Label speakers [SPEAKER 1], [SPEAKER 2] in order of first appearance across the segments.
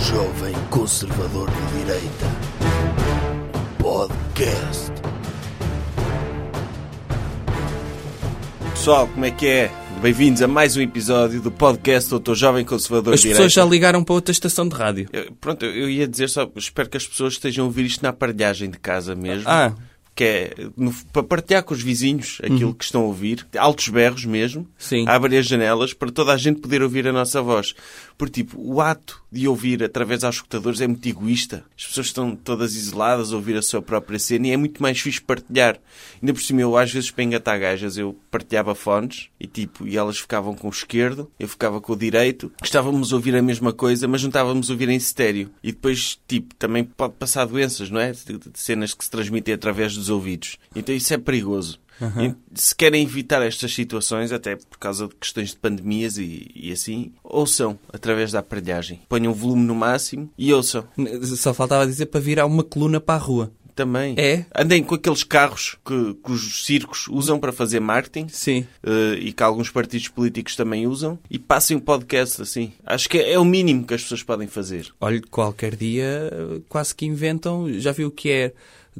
[SPEAKER 1] Jovem Conservador de Direita. Podcast.
[SPEAKER 2] Pessoal, como é que é? Bem-vindos a mais um episódio do podcast Doutor Jovem Conservador
[SPEAKER 3] As
[SPEAKER 2] de
[SPEAKER 3] pessoas já
[SPEAKER 2] Direita.
[SPEAKER 3] ligaram para outra estação de rádio.
[SPEAKER 2] Eu- pronto, eu ia dizer só, espero que as pessoas estejam a ouvir isto na aparelhagem de casa mesmo.
[SPEAKER 3] Ah. Uhum.
[SPEAKER 2] Que é no- para partilhar com os vizinhos aquilo que estão a ouvir, altos berros mesmo,
[SPEAKER 3] Sim.
[SPEAKER 2] abrem as janelas para toda a gente poder ouvir a nossa voz. Porque, tipo, o ato de ouvir através aos escutadores é muito egoísta. As pessoas estão todas isoladas a ouvir a sua própria cena e é muito mais fixe partilhar. Ainda por cima, eu às vezes para engatar gajas, eu partilhava fones e tipo, e elas ficavam com o esquerdo, eu ficava com o direito. Estávamos a ouvir a mesma coisa, mas não estávamos a ouvir em estéreo. E depois, tipo, também pode passar doenças, não é? De- de- de cenas que se transmitem através dos ouvidos. Então isso é perigoso. E se querem evitar estas situações, até por causa de questões de pandemias e, e assim, ouçam através da aparelhagem. Ponham o volume no máximo e ouçam
[SPEAKER 3] Só faltava dizer para virar uma coluna para a rua.
[SPEAKER 2] também.
[SPEAKER 3] É?
[SPEAKER 2] Andem com aqueles carros que, que os circos usam para fazer marketing.
[SPEAKER 3] Sim.
[SPEAKER 2] eh, e que alguns partidos políticos também usam, e passem o podcast assim. Acho que é, é o mínimo que as pessoas podem fazer.
[SPEAKER 3] Olha, qualquer dia eh, quase que inventam. Já viu o que é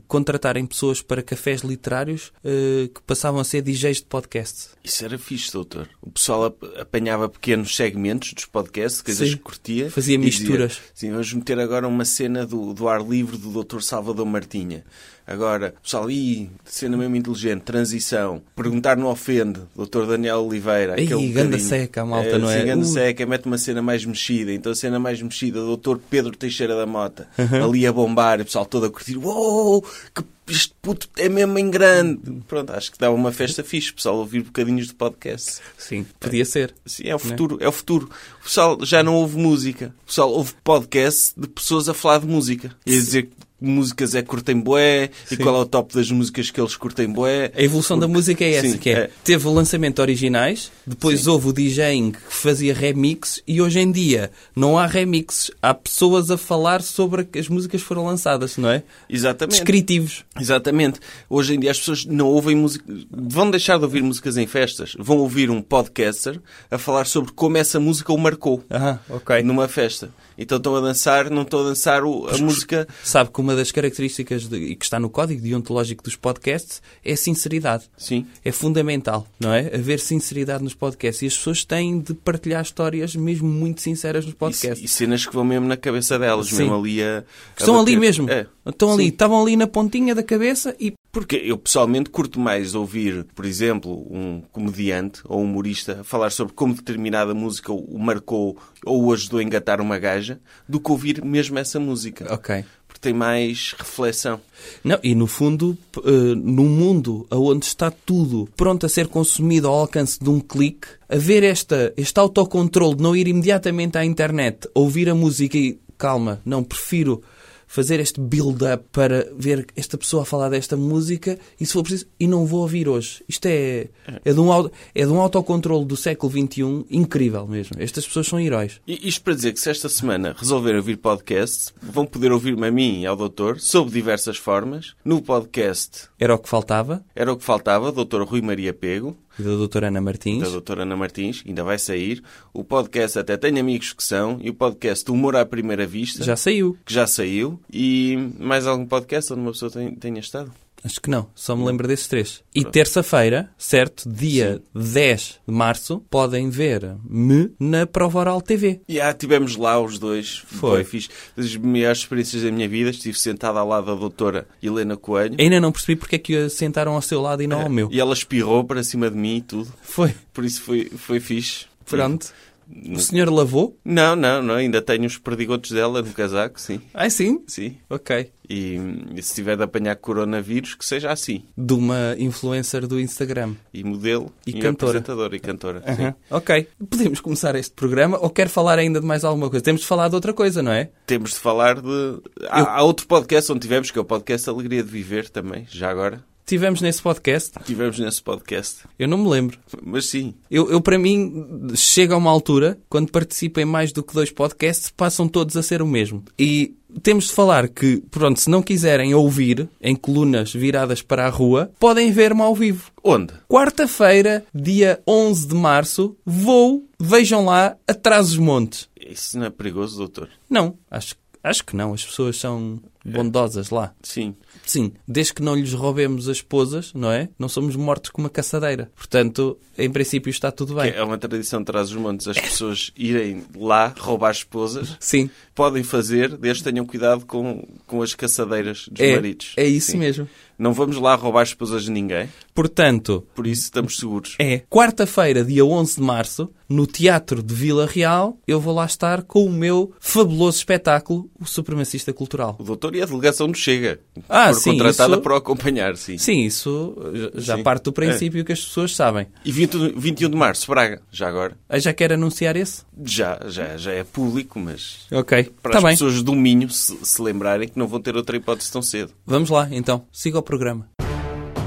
[SPEAKER 3] contratarem pessoas para cafés literários eh, que passavam a ser DJs de podcast?
[SPEAKER 2] Isso era fixe, doutor. O pessoal ap- apanhava pequenos segmentos dos podcasts, coisas
[SPEAKER 3] Sim.
[SPEAKER 2] que curtia.
[SPEAKER 3] Fazia
[SPEAKER 2] e
[SPEAKER 3] misturas.
[SPEAKER 2] Dizia, Sim, vamos meter agora uma cena do, do ar livre do doutor Salvador Martinha. Agora, pessoal, ih, cena mesmo inteligente, transição. Perguntar não ofende, doutor Daniel Oliveira.
[SPEAKER 3] Ih,
[SPEAKER 2] aquele
[SPEAKER 3] ganda
[SPEAKER 2] bocadinho.
[SPEAKER 3] seca, a malta, não
[SPEAKER 2] sim,
[SPEAKER 3] é?
[SPEAKER 2] Ganda
[SPEAKER 3] Uh.
[SPEAKER 2] seca, mete uma cena mais mexida. Então a cena mais mexida, doutor Pedro Teixeira da Mota. Ali a bombar, o pessoal todo a curtir. Uou, que este puto é mesmo em grande. Pronto, acho que dava uma festa fixe, o pessoal ouvir bocadinhos de podcast.
[SPEAKER 3] Sim, podia ser.
[SPEAKER 2] Sim, é o futuro, é o futuro. O pessoal já não ouve música. O pessoal ouve podcast de pessoas a falar de música. E a dizer que músicas é que curtem bué e qual é o top das músicas que eles curtem bué.
[SPEAKER 3] A evolução da música é essa,
[SPEAKER 2] Sim,
[SPEAKER 3] que é,
[SPEAKER 2] é.
[SPEAKER 3] teve o lançamento originais, depois houve o DJing que fazia remix e hoje em dia não há remixes, há pessoas a falar sobre que as músicas que foram lançadas, não é?
[SPEAKER 2] Exatamente.
[SPEAKER 3] Descritivos.
[SPEAKER 2] Exatamente. Hoje em dia as pessoas não ouvem música. Vão deixar de ouvir músicas em festas. Vão ouvir um podcaster a falar sobre como essa música o marcou
[SPEAKER 3] Ah, ok.
[SPEAKER 2] numa festa. Então estão a dançar, não estão a dançar o- a música.
[SPEAKER 3] Sabe que uma das características de- e que está no código deontológico dos podcasts é a sinceridade.
[SPEAKER 2] Sim.
[SPEAKER 3] É fundamental, não é? Haver sinceridade nos podcasts. E as pessoas têm de partilhar histórias mesmo muito sinceras nos podcasts.
[SPEAKER 2] E, e cenas que vão mesmo na cabeça delas,
[SPEAKER 3] Sim.
[SPEAKER 2] mesmo ali a. a
[SPEAKER 3] Que estão ali
[SPEAKER 2] bater.
[SPEAKER 3] mesmo.
[SPEAKER 2] É.
[SPEAKER 3] Estão ali.
[SPEAKER 2] Sim.
[SPEAKER 3] Estavam ali na pontinha da cabeça e...
[SPEAKER 2] Porque eu pessoalmente curto mais ouvir, por exemplo, um comediante ou um humorista falar sobre como determinada música o marcou ou o ajudou a engatar uma gaja do que ouvir mesmo essa música.
[SPEAKER 3] Ok.
[SPEAKER 2] Porque tem mais reflexão.
[SPEAKER 3] Não, e no fundo, p- eh, no mundo onde está tudo pronto a ser consumido ao alcance de um clique, haver esta, este autocontrole de não ir imediatamente à internet, ouvir a música e calma, não, prefiro fazer este build-up para ver esta pessoa a falar desta música e se for preciso, e não vou ouvir hoje. Isto é, é, de, um, au- é de um autocontrole do século XXI incrível mesmo. Estas pessoas são heróis.
[SPEAKER 2] E isto para dizer que se esta semana resolverem ouvir podcasts, vão poder ouvir-me a mim e ao doutor, sob diversas formas, no podcast
[SPEAKER 3] Era o que faltava,
[SPEAKER 2] Era o que faltava, doutor Rui Maria Pego,
[SPEAKER 3] e da doutora Ana Martins.
[SPEAKER 2] da doutora Ana Martins, ainda vai sair, o podcast Até Tenho Amigos Que São, e o podcast Humor à Primeira Vista,
[SPEAKER 3] Já saiu.
[SPEAKER 2] que já saiu, e mais algum podcast onde uma pessoa tem- tenha estado.
[SPEAKER 3] Acho que não, só me lembro desses três. E terça-feira, certo, dia 10 de março, podem ver-me na Prova Oral TV.
[SPEAKER 2] E ah, tivemos lá os dois,
[SPEAKER 3] Foi.
[SPEAKER 2] fiz das melhores experiências da minha vida, estive sentado ao lado da doutora Helena Coelho,
[SPEAKER 3] Ainda não percebi porque é que a sentaram ao seu lado e não ao meu.
[SPEAKER 2] É, e ela espirrou para cima de mim e tudo,
[SPEAKER 3] Foi.
[SPEAKER 2] por isso foi, foi fixe.
[SPEAKER 3] Pronto. O senhor lavou?
[SPEAKER 2] Não, não, não, ainda tenho os perdigotos dela no casaco, sim,
[SPEAKER 3] Ah, sim?
[SPEAKER 2] sim.
[SPEAKER 3] Ok.
[SPEAKER 2] E, hum, se tiver de apanhar coronavírus, que seja assim.
[SPEAKER 3] De uma influencer do Instagram.
[SPEAKER 2] E modelo,
[SPEAKER 3] E
[SPEAKER 2] e,
[SPEAKER 3] cantora.
[SPEAKER 2] apresentadora, e cantora. sim.
[SPEAKER 3] Aham. Ok. Podemos começar este programa ou quer falar ainda de mais alguma coisa? Temos de falar de outra coisa, não é?
[SPEAKER 2] Temos de falar de... Há, há outro podcast onde tivemos, que é o podcast Alegria de Viver também, já agora.
[SPEAKER 3] Tivemos nesse podcast?
[SPEAKER 2] Tivemos nesse podcast.
[SPEAKER 3] Eu não me lembro.
[SPEAKER 2] Mas sim,
[SPEAKER 3] Eu, eu, para mim, chega a uma altura, quando participo em mais do que dois podcasts, passam todos a ser o mesmo. E temos de falar que, pronto, se não quiserem ouvir em colunas viradas para a rua, podem ver-me ao vivo.
[SPEAKER 2] onde?
[SPEAKER 3] Quarta-feira, dia 11 de março, vou, vejam lá, atrás os montes.
[SPEAKER 2] Isso não é perigoso, doutor?
[SPEAKER 3] Não, acho, acho que não. As pessoas são bondosas lá.
[SPEAKER 2] Sim.
[SPEAKER 3] Sim, desde que não lhes roubemos as esposas, não é? Não somos mortos com uma caçadeira. Portanto, em princípio está tudo
[SPEAKER 2] Que
[SPEAKER 3] bem.
[SPEAKER 2] é uma tradição de trás os montes as pessoas irem lá roubar esposas.
[SPEAKER 3] Sim,
[SPEAKER 2] Podem fazer, desde que tenham cuidado com, com as caçadeiras dos
[SPEAKER 3] é,
[SPEAKER 2] maridos.
[SPEAKER 3] é isso
[SPEAKER 2] Sim.
[SPEAKER 3] mesmo.
[SPEAKER 2] Não vamos lá roubar esposas de ninguém,
[SPEAKER 3] Portanto,
[SPEAKER 2] por isso estamos seguros.
[SPEAKER 3] é quarta-feira, dia 11 de março, no Teatro de Vila Real, eu vou lá estar com o meu fabuloso espetáculo, O Supremacista Cultural.
[SPEAKER 2] O doutor e a delegação do Chega.
[SPEAKER 3] Ah,
[SPEAKER 2] foram
[SPEAKER 3] sim,
[SPEAKER 2] contratada
[SPEAKER 3] isso-
[SPEAKER 2] para o acompanhar, sim.
[SPEAKER 3] Sim, isso já- já
[SPEAKER 2] Sim. É.
[SPEAKER 3] parte do princípio que as pessoas sabem.
[SPEAKER 2] E 20 21 de março, Braga, já agora.
[SPEAKER 3] Ah, Já quer anunciar esse?
[SPEAKER 2] Já, já, já é público, mas
[SPEAKER 3] Ok,
[SPEAKER 2] para
[SPEAKER 3] está
[SPEAKER 2] as
[SPEAKER 3] Tá bem.
[SPEAKER 2] pessoas do Minho se, se lembrarem que não vão ter outra hipótese tão cedo.
[SPEAKER 3] Vamos lá, então. Siga o programa.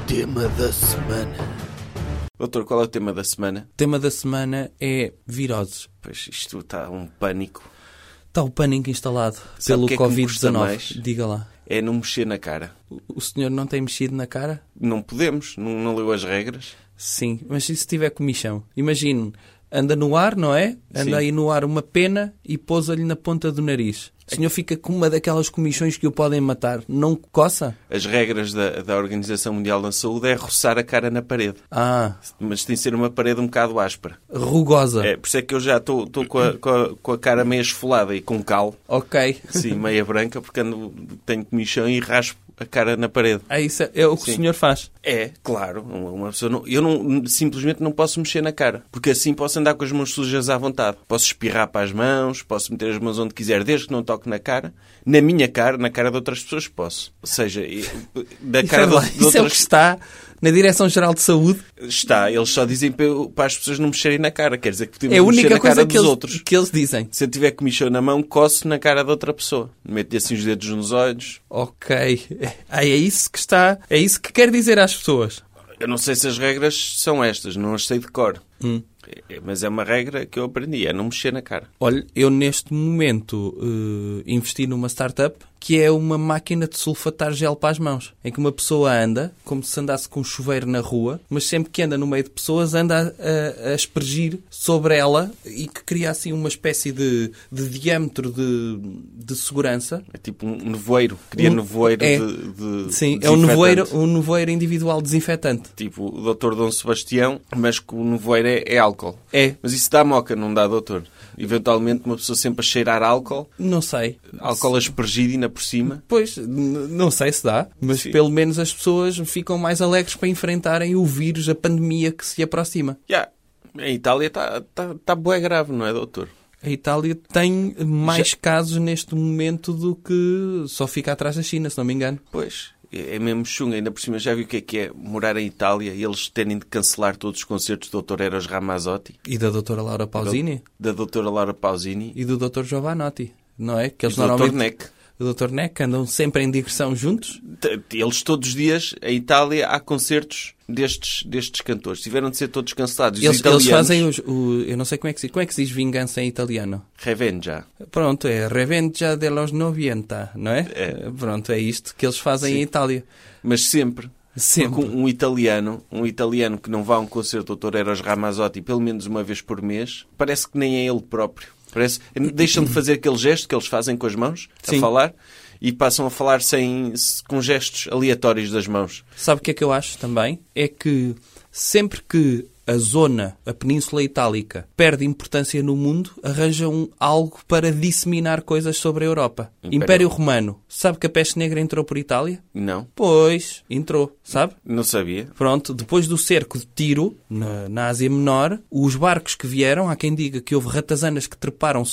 [SPEAKER 1] Tema da semana.
[SPEAKER 2] Doutor, qual é o tema da semana?
[SPEAKER 3] O tema da semana é viroses.
[SPEAKER 2] Pois isto está um pânico.
[SPEAKER 3] Está o pânico instalado
[SPEAKER 2] Sabe o
[SPEAKER 3] pelo
[SPEAKER 2] que é que me custa mais?
[SPEAKER 3] Covid-19. Diga lá.
[SPEAKER 2] É não mexer na cara.
[SPEAKER 3] O- O senhor não tem mexido na cara?
[SPEAKER 2] Não podemos, não, não leu as regras.
[SPEAKER 3] Sim, mas e se tiver comichão? Imagine, anda no ar, não é? Anda
[SPEAKER 2] Sim.
[SPEAKER 3] aí no ar uma pena e pousa-lhe na ponta do nariz. O senhor fica com uma daquelas comichões que o podem matar. Não coça?
[SPEAKER 2] As regras da, da Organização Mundial da Saúde é roçar a cara na parede.
[SPEAKER 3] Ah,
[SPEAKER 2] Mas tem de ser uma parede um bocado áspera.
[SPEAKER 3] rugosa.
[SPEAKER 2] É, por isso é que eu já estou estou com, a- com a- com a cara meio esfolada e com cal.
[SPEAKER 3] Ok.
[SPEAKER 2] Sim, meia branca, porque ando, tenho comichão e raspo a cara na parede.
[SPEAKER 3] É isso, é o que
[SPEAKER 2] Sim.
[SPEAKER 3] o senhor faz.
[SPEAKER 2] É, claro, uma uma pessoa não, eu não, simplesmente não posso mexer na cara, porque assim posso andar com as mãos sujas à vontade. Posso espirrar para as mãos, posso meter as mãos onde quiser, desde que não toque na cara, na minha cara, na cara de outras pessoas posso. Ou seja, e- da
[SPEAKER 3] Isso, é,
[SPEAKER 2] cara de,
[SPEAKER 3] lá-
[SPEAKER 2] de
[SPEAKER 3] isso é o que
[SPEAKER 2] outras
[SPEAKER 3] está na Direção-Geral de Saúde.
[SPEAKER 2] está, eles só dizem para, eu- para as pessoas não mexerem na cara, quer dizer que podemos
[SPEAKER 3] É a
[SPEAKER 2] mexer
[SPEAKER 3] única
[SPEAKER 2] na
[SPEAKER 3] coisa
[SPEAKER 2] cara
[SPEAKER 3] que
[SPEAKER 2] dos
[SPEAKER 3] eles,
[SPEAKER 2] outros.
[SPEAKER 3] que eles dizem.
[SPEAKER 2] Se eu tiver comichão na mão, coço na cara de outra pessoa. Meto-lhe assim os dedos nos olhos.
[SPEAKER 3] Ok. Ah, é isso que está. É isso que quer dizer às pessoas.
[SPEAKER 2] Eu não sei se as regras são estas, não as sei de cor.
[SPEAKER 3] Hum.
[SPEAKER 2] É- é- Mas é uma regra que eu aprendi, é não mexer na cara.
[SPEAKER 3] Olha, eu neste momento eh, investi numa startup que é uma máquina de sulfatar gel para as mãos, em que uma pessoa anda como se andasse com um chuveiro na rua, mas sempre que anda no meio de pessoas anda a- a, a aspergir sobre ela e que cria assim uma espécie de, de diâmetro de, de segurança.
[SPEAKER 2] É tipo um nevoeiro, cria
[SPEAKER 3] Um-
[SPEAKER 2] nevoeiro
[SPEAKER 3] é.
[SPEAKER 2] de, de-
[SPEAKER 3] Sim, é um
[SPEAKER 2] desinfetante.
[SPEAKER 3] nevoeiro, um nevoeiro individual desinfetante.
[SPEAKER 2] Tipo o Dr. Dom Sebastião, mas que o nevoeiro é, é álcool.
[SPEAKER 3] É.
[SPEAKER 2] Mas isso dá moca, não dá, doutor? Eventualmente uma pessoa sempre a cheirar álcool,
[SPEAKER 3] Não sei.
[SPEAKER 2] álcool aspergido ainda por cima.
[SPEAKER 3] Pois, n- não sei se dá, mas
[SPEAKER 2] Sim.
[SPEAKER 3] pelo menos as pessoas ficam mais alegres para enfrentarem o vírus, a pandemia que se aproxima.
[SPEAKER 2] Já, Em Itália está tá, tá bué grave, não é, doutor?
[SPEAKER 3] A Itália tem mais casos neste momento do que só fica atrás da China, se não me engano.
[SPEAKER 2] Pois, é é mesmo chunga. Ainda por cima já vi o que é que é morar em Itália e eles terem de cancelar todos os concertos do Dr. Eros Ramazzotti,
[SPEAKER 3] E da doutora Laura Pausini
[SPEAKER 2] da Doutora Laura Pausini
[SPEAKER 3] e do doutor Giovanotti, não é? Que
[SPEAKER 2] e
[SPEAKER 3] eles
[SPEAKER 2] do
[SPEAKER 3] normalmente...
[SPEAKER 2] Dr. Neck.
[SPEAKER 3] O Dr. Neck andam sempre em digressão juntos.
[SPEAKER 2] T- Eles todos os dias, em Itália, há concertos destes, destes cantores. Tiveram de ser todos cancelados. Os
[SPEAKER 3] Eles, eles
[SPEAKER 2] italianos,
[SPEAKER 3] fazem os, o... Eu não sei como é que se, como é que se diz vingança em italiano.
[SPEAKER 2] Revenja.
[SPEAKER 3] Pronto, é Revenja de los 90, não é? Pronto, é isto que eles fazem em Itália.
[SPEAKER 2] Mas sempre.
[SPEAKER 3] Sempre.
[SPEAKER 2] Porque um italiano, um italiano que não vá a um concerto do Dr. Eros Ramazzotti pelo menos uma vez por mês, parece que nem é ele próprio. Parece, deixam de fazer aquele gesto que eles fazem com as mãos, a
[SPEAKER 3] Sim.
[SPEAKER 2] falar, e passam a falar sem, se- com gestos aleatórios das mãos.
[SPEAKER 3] Sabe o que é que eu acho também? É que sempre que a zona, a Península Itálica, perde importância no mundo, arranjam algo para disseminar coisas sobre a Europa.
[SPEAKER 2] Império.
[SPEAKER 3] Império, Romano. Sabe que a peste negra entrou por Itália?
[SPEAKER 2] Não,
[SPEAKER 3] Pois, entrou, sabe?
[SPEAKER 2] não sabia.
[SPEAKER 3] Pronto, depois do cerco de Tiro, na, na Ásia Menor, os barcos que vieram, há quem diga que houve ratazanas que treparam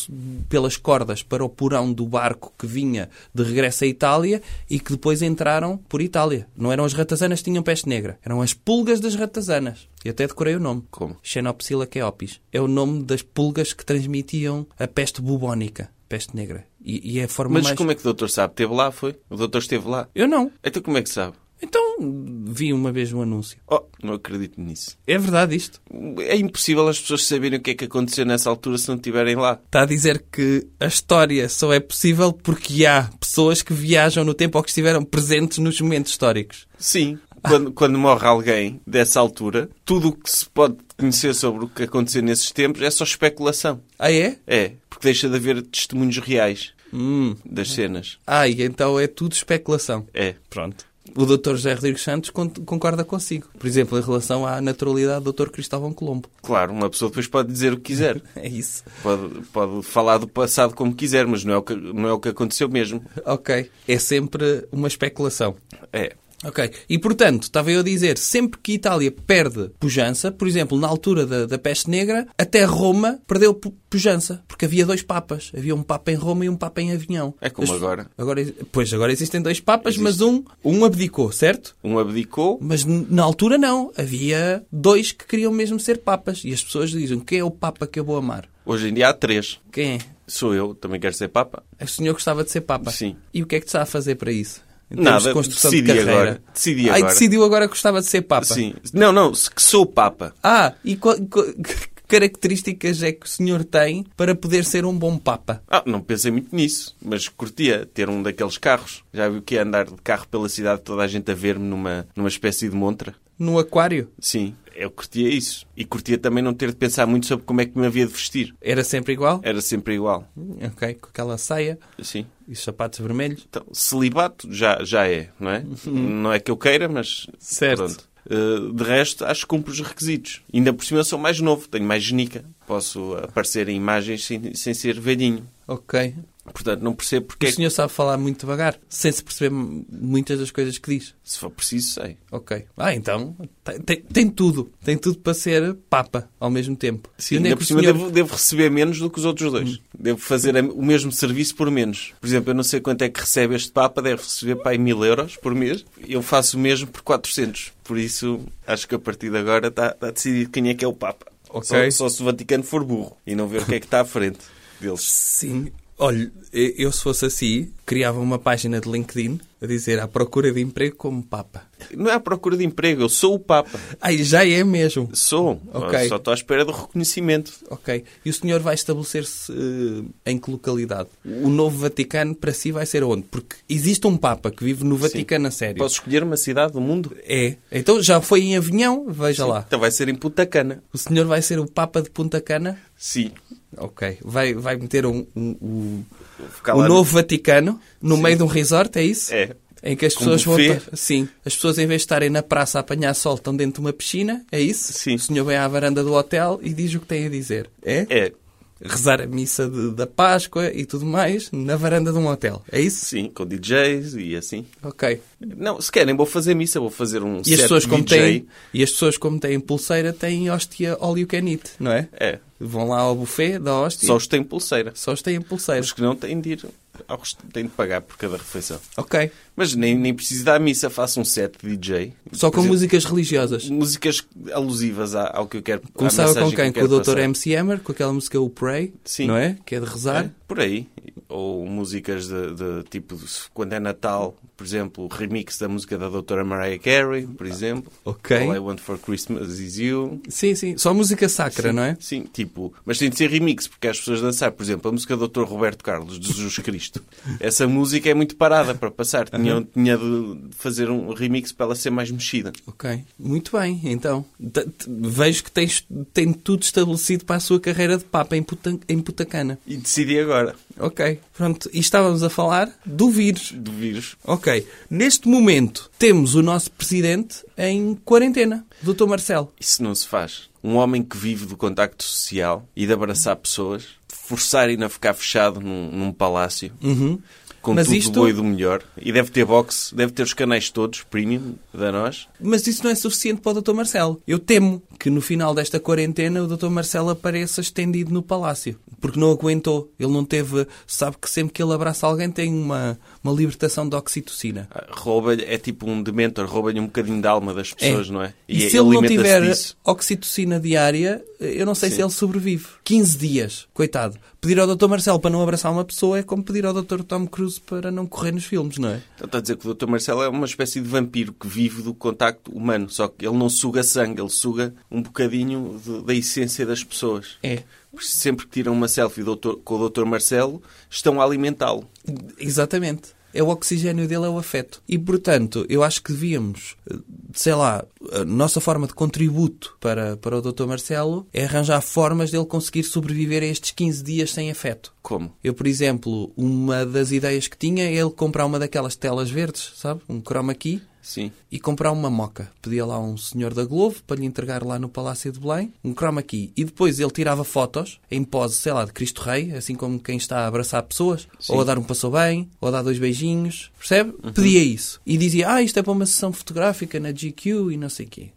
[SPEAKER 3] pelas cordas para o porão do barco que vinha de regresso à Itália e que depois entraram por Itália. Não eram as ratazanas que tinham peste negra, eram as pulgas das ratazanas. E até decorei o nome.
[SPEAKER 2] Como?
[SPEAKER 3] Xenopsila keopis. É o nome das pulgas que transmitiam a peste bubónica, peste negra. E, e é a forma
[SPEAKER 2] Mas
[SPEAKER 3] mais...
[SPEAKER 2] como é que o doutor sabe? Teve lá, foi? O doutor esteve lá.
[SPEAKER 3] Eu não.
[SPEAKER 2] Então como é que sabe?
[SPEAKER 3] Então, vi uma vez um anúncio.
[SPEAKER 2] Oh, não acredito nisso.
[SPEAKER 3] É verdade isto.
[SPEAKER 2] É impossível as pessoas saberem o que é que aconteceu nessa altura se não estiverem lá.
[SPEAKER 3] Está a dizer que a história só é possível porque há pessoas que viajam no tempo ou que estiveram presentes nos momentos históricos.
[SPEAKER 2] Sim, quando, quando morre alguém dessa altura, tudo o que se pode conhecer sobre o que aconteceu nesses tempos é só especulação.
[SPEAKER 3] Ah, é?
[SPEAKER 2] É, porque deixa de haver testemunhos reais
[SPEAKER 3] Hum.
[SPEAKER 2] das cenas.
[SPEAKER 3] Ai, então é tudo especulação.
[SPEAKER 2] É.
[SPEAKER 3] Pronto. O Dr. José Rodrigues Santos con- concorda consigo. Por exemplo, em relação à naturalidade do Dr. Cristóvão Colombo.
[SPEAKER 2] Claro, uma pessoa depois pode dizer o que quiser.
[SPEAKER 3] É isso.
[SPEAKER 2] Pode, pode falar do passado como quiser, mas não é o que, não é o que aconteceu mesmo.
[SPEAKER 3] Ok. É sempre uma especulação.
[SPEAKER 2] É.
[SPEAKER 3] Ok. E, portanto, estava eu a dizer, sempre que Itália perde pujança, por exemplo, na altura da, da peste negra, até Roma perdeu pu- pujança, porque havia dois papas. Havia um papa em Roma e um papa em Avião.
[SPEAKER 2] É como agora.
[SPEAKER 3] agora. ex- Pois, agora existem dois papas, mas um, um abdicou, certo?
[SPEAKER 2] Um abdicou,
[SPEAKER 3] Mas n- na altura não. Havia dois que queriam mesmo ser papas. E as pessoas dizem, quem é o papa que eu vou amar?
[SPEAKER 2] hoje em dia há três.
[SPEAKER 3] Quem
[SPEAKER 2] Sou eu, também quero ser Papa.
[SPEAKER 3] é? O senhor gostava de ser papa.
[SPEAKER 2] Sim.
[SPEAKER 3] E o que é que te está a fazer para isso? Em
[SPEAKER 2] Nada.
[SPEAKER 3] termos de construção
[SPEAKER 2] Decidi
[SPEAKER 3] de carreira.
[SPEAKER 2] agora. Decidi
[SPEAKER 3] Ai,
[SPEAKER 2] agora.
[SPEAKER 3] decidiu agora que gostava de ser papa.
[SPEAKER 2] Sim. Não, não, se- que sou Papa.
[SPEAKER 3] Ah, e qual- qual- que características é que o senhor tem para poder ser um bom papa?
[SPEAKER 2] Ah, não pensei muito nisso, mas curtia ter um daqueles carros. Já vi o que é andar de carro pela cidade, toda a gente a ver-me numa, numa espécie de montra.
[SPEAKER 3] No aquário?
[SPEAKER 2] Sim, eu curtia isso. E curtia também não ter de pensar muito sobre como é que me havia de vestir.
[SPEAKER 3] Era sempre igual?
[SPEAKER 2] Era sempre igual.
[SPEAKER 3] Ok, com aquela saia
[SPEAKER 2] Sim.
[SPEAKER 3] e os sapatos vermelhos.
[SPEAKER 2] Então, celibato já, já é, não é? Não é que eu queira, mas.
[SPEAKER 3] Uhum. Certo.
[SPEAKER 2] Uh, de resto, acho que cumpro os requisitos. Ainda por cima, eu sou mais novo, tenho mais genica. Posso aparecer em imagens sem, sem ser velhinho.
[SPEAKER 3] Ok.
[SPEAKER 2] Portanto, não percebo porque é
[SPEAKER 3] O
[SPEAKER 2] que,
[SPEAKER 3] senhor sabe falar muito devagar, sem se perceber m- muitas das coisas que diz.
[SPEAKER 2] se for preciso, sei.
[SPEAKER 3] Ok. Ah, então tem, tem- tem tudo. Tem tudo para ser papa ao mesmo tempo. E
[SPEAKER 2] Sim,
[SPEAKER 3] onde é
[SPEAKER 2] ainda
[SPEAKER 3] que
[SPEAKER 2] por
[SPEAKER 3] o
[SPEAKER 2] cima
[SPEAKER 3] senhor- Hum.
[SPEAKER 2] devo, devo receber menos do que os outros dois. Devo fazer a- o mesmo serviço por menos. Por exemplo, eu não sei quanto é que recebe este Papa, deve receber para aí mil euros por mês. Eu faço o mesmo por 400. Por isso, acho que a partir de agora está, está decidido quem é que é o Papa.
[SPEAKER 3] Ok.
[SPEAKER 2] Só, só se o Vaticano for burro e não ver o que é que está à frente deles.
[SPEAKER 3] Sim. Olha, e- eu se fosse assim, criava uma página de LinkedIn a dizer à procura de emprego como papa.
[SPEAKER 2] Não é à procura de emprego, eu sou o Papa.
[SPEAKER 3] Ai, já é mesmo.
[SPEAKER 2] Sou.
[SPEAKER 3] Ok.
[SPEAKER 2] Só estou à espera do reconhecimento.
[SPEAKER 3] Ok. E o senhor vai estabelecer-se eh, em que localidade? O novo Vaticano para si vai ser onde? Porque existe um Papa que vive no Vaticano a sério.
[SPEAKER 2] Posso escolher uma cidade do mundo?
[SPEAKER 3] É. Então já foi em Avinhão? Veja lá.
[SPEAKER 2] Então vai ser em Punta Cana.
[SPEAKER 3] O senhor vai ser o Papa de Punta Cana?
[SPEAKER 2] Sim.
[SPEAKER 3] Ok. Vai, vai meter um, um- um-
[SPEAKER 2] Vou ficar
[SPEAKER 3] o
[SPEAKER 2] lá no-
[SPEAKER 3] novo Vaticano no meio de um resort, é isso?
[SPEAKER 2] É.
[SPEAKER 3] Em que as
[SPEAKER 2] Com
[SPEAKER 3] pessoas vão.
[SPEAKER 2] buffet.
[SPEAKER 3] ta- Sim. As pessoas, em vez de estarem na praça a apanhar sol, estão dentro de uma piscina, é isso?
[SPEAKER 2] Sim.
[SPEAKER 3] O senhor vem à varanda do hotel e diz o que tem a dizer. É?
[SPEAKER 2] É.
[SPEAKER 3] rezar a missa de- da Páscoa e tudo mais na varanda de um hotel. É isso?
[SPEAKER 2] Sim, com DJs e assim.
[SPEAKER 3] Ok.
[SPEAKER 2] Não, se querem, vou fazer missa, vou fazer um
[SPEAKER 3] E as,
[SPEAKER 2] set
[SPEAKER 3] pessoas, como
[SPEAKER 2] DJ.
[SPEAKER 3] têm, e as pessoas, como têm pulseira, têm hóstia all you can eat, não é?
[SPEAKER 2] É,
[SPEAKER 3] Vão lá ao buffet da hóstia.
[SPEAKER 2] só os que têm pulseira.
[SPEAKER 3] Só os têm pulseira.
[SPEAKER 2] Os que não têm de ir, ao rest- têm de pagar por cada refeição.
[SPEAKER 3] Ok.
[SPEAKER 2] Mas nem, nem preciso dar missa, faço um set DJ.
[SPEAKER 3] Só com
[SPEAKER 2] Por exemplo,
[SPEAKER 3] músicas religiosas.
[SPEAKER 2] Músicas alusivas à- ao que eu quero à
[SPEAKER 3] Começava com
[SPEAKER 2] mensagem que
[SPEAKER 3] quem? Com
[SPEAKER 2] eu
[SPEAKER 3] o
[SPEAKER 2] quero
[SPEAKER 3] Dr.
[SPEAKER 2] passar.
[SPEAKER 3] MC Hammer, com aquela música O Pray,
[SPEAKER 2] Sim.
[SPEAKER 3] não é? Que é de rezar.
[SPEAKER 2] É, Por aí. Ou músicas de, de tipo, se- quando é Natal, por exemplo, o remix da música da Doutora Mariah Carey, por exemplo.
[SPEAKER 3] Ok.
[SPEAKER 2] All I Want for Christmas Is You.
[SPEAKER 3] Sim, sim. Só música sacra, não é?
[SPEAKER 2] Sim, tipo, mas tem de ser remix, porque as pessoas dançar, por exemplo, a música do Dr. Roberto Carlos, de Jesus Cristo. Essa música é muito parada para passar. Tinha, tinha de fazer um remix para ela ser mais mexida.
[SPEAKER 3] Ok. Muito bem, então. T- t- Vejo que tens, tem tudo estabelecido para a sua carreira de Papa em, Putan- em Putacana.
[SPEAKER 2] E decidi agora,
[SPEAKER 3] Ok, pronto. E estávamos a falar do vírus.
[SPEAKER 2] do vírus.
[SPEAKER 3] Ok, neste momento temos o nosso presidente em quarentena, Dr. Marcelo.
[SPEAKER 2] Isso não se faz. Um homem que vive do contacto social e de abraçar pessoas, forçarem-no a ficar fechado num, num palácio. Com
[SPEAKER 3] Uhum. Mas
[SPEAKER 2] tudo
[SPEAKER 3] isto-
[SPEAKER 2] do boi do melhor. E deve ter boxe, deve ter os canais todos, premium, da nós.
[SPEAKER 3] Mas isso não é suficiente para o Dr. Marcelo. Eu temo que no final desta quarentena o Dr. Marcelo apareça estendido no palácio, porque não aguentou. Ele não teve. Sabe que sempre que ele abraça alguém tem uma, uma libertação de oxitocina.
[SPEAKER 2] Ah, Rouba-lhe, é tipo um dementor, rouba-lhe um bocadinho da alma das pessoas, não é?
[SPEAKER 3] E, se ele não
[SPEAKER 2] alimenta-se
[SPEAKER 3] tiver
[SPEAKER 2] disso.
[SPEAKER 3] oxitocina diária, eu não sei
[SPEAKER 2] Sim.
[SPEAKER 3] se ele sobrevive. 15 dias, coitado. Pedir ao Dr. Marcelo para não abraçar uma pessoa é como pedir ao Dr. Tom Cruise para não correr nos filmes, não é?
[SPEAKER 2] Então está a dizer que o Dr. Marcelo é uma espécie de vampiro que vive do contacto humano, só que ele não suga sangue, ele suga um bocadinho de- da essência das pessoas.
[SPEAKER 3] É.
[SPEAKER 2] Por isso, sempre que tiram uma selfie do Dr. com o Dr. Marcelo, estão a alimentá-lo.
[SPEAKER 3] Exatamente. é o oxigênio dele, é o afeto. E, portanto, eu acho que devíamos, eh, sei lá, a nossa forma de contributo para, para o Dr. Marcelo é arranjar formas dele conseguir sobreviver a estes 15 dias sem afeto.
[SPEAKER 2] Como?
[SPEAKER 3] Eu, por exemplo, uma das ideias que tinha é ele comprar uma daquelas telas verdes, sabe? Um chroma key
[SPEAKER 2] Sim.
[SPEAKER 3] e comprar uma moca. Pedia lá a um senhor da Globo para lhe entregar lá no Palácio de Belém um chroma key. E depois ele tirava fotos em pose, sei lá, de Cristo Rei, assim como quem está a abraçar pessoas, ou a dar um passou bem, ou a dar dois beijinhos, percebe? Pedia isso. E dizia, ah, isto é para uma sessão fotográfica na GQ e não sei o quê.